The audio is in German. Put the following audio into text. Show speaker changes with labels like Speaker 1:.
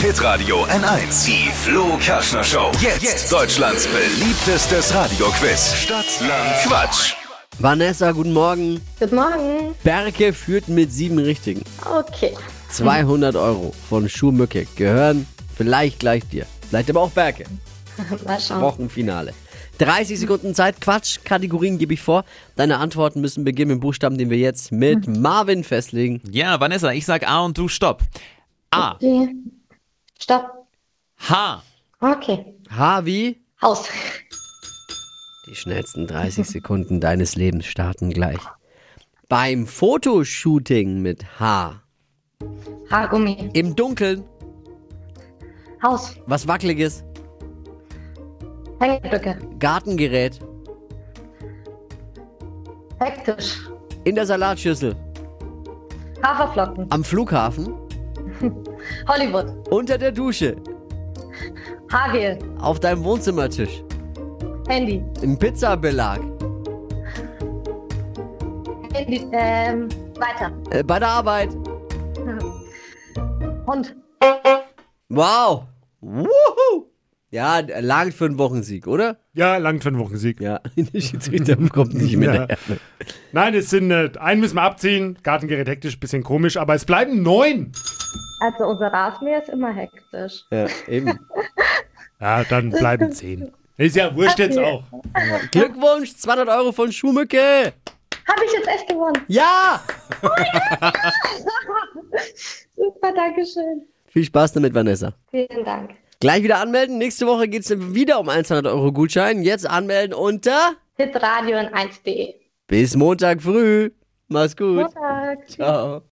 Speaker 1: Hitradio N1. Die Flo Kaschner Show. Jetzt, Deutschlands beliebtestes Radioquiz. Stadt, Land, Quatsch.
Speaker 2: Vanessa, guten Morgen.
Speaker 3: Guten Morgen.
Speaker 2: Berke führt mit sieben Richtigen.
Speaker 3: Okay.
Speaker 2: 200 Euro von Schuhmücke gehören vielleicht gleich dir. Vielleicht aber auch Berke.
Speaker 3: Mal schauen.
Speaker 2: Wochenfinale. 30 Sekunden Zeit, Quatsch, Kategorien gebe ich vor. Deine Antworten müssen beginnen mit dem Buchstaben, den wir jetzt mit
Speaker 3: Mhm.
Speaker 2: Marvin festlegen.
Speaker 4: Ja, Vanessa, ich sag A und du stopp. A.
Speaker 3: Okay. Stopp.
Speaker 4: H.
Speaker 3: Okay.
Speaker 2: H wie?
Speaker 3: Haus.
Speaker 2: Die schnellsten 30 Sekunden deines Lebens starten gleich. Beim Fotoshooting mit H.
Speaker 3: Haargummi.
Speaker 2: Im Dunkeln,
Speaker 3: Haus.
Speaker 2: was Wackeliges,
Speaker 3: Hängebrücke.
Speaker 2: Gartengerät,
Speaker 3: Hektisch.
Speaker 2: in der Salatschüssel,
Speaker 3: Haferflocken.
Speaker 2: am Flughafen,
Speaker 3: Hollywood.
Speaker 2: unter der Dusche,
Speaker 3: Haargel.
Speaker 2: auf deinem Wohnzimmertisch,
Speaker 3: Handy.
Speaker 2: im Pizzabelag,
Speaker 3: Handy. Ähm, weiter.
Speaker 2: äh, bei der Arbeit.
Speaker 3: Hund.
Speaker 2: Wow! Wuhu! Ja, langt für einen Wochensieg, oder?
Speaker 5: Ja, langt für einen Wochensieg.
Speaker 2: Ja, die Schiedsrichter kommt nicht mehr
Speaker 5: Ja.
Speaker 2: daher.
Speaker 5: Nein, es sind äh, einen müssen wir abziehen. Gartengerät hektisch, bisschen komisch, aber es bleiben neun.
Speaker 3: Also unser Rasenmäher ist immer hektisch.
Speaker 2: Ja, eben.
Speaker 5: Ja, dann bleiben zehn. Ist ja wurscht jetzt auch.
Speaker 2: Glückwunsch, 200 Euro von Schuhmücke!
Speaker 3: Habe ich jetzt echt gewonnen.
Speaker 2: Ja!
Speaker 3: Super, Dankeschön.
Speaker 2: Viel Spaß damit, Vanessa.
Speaker 3: Vielen Dank.
Speaker 2: Gleich wieder anmelden. Nächste Woche geht es wieder um 100 Euro Gutschein. Jetzt anmelden unter
Speaker 3: Hitradio in 1.de.
Speaker 2: bis Montag früh. Mach's gut.
Speaker 3: Montag.
Speaker 2: Ciao.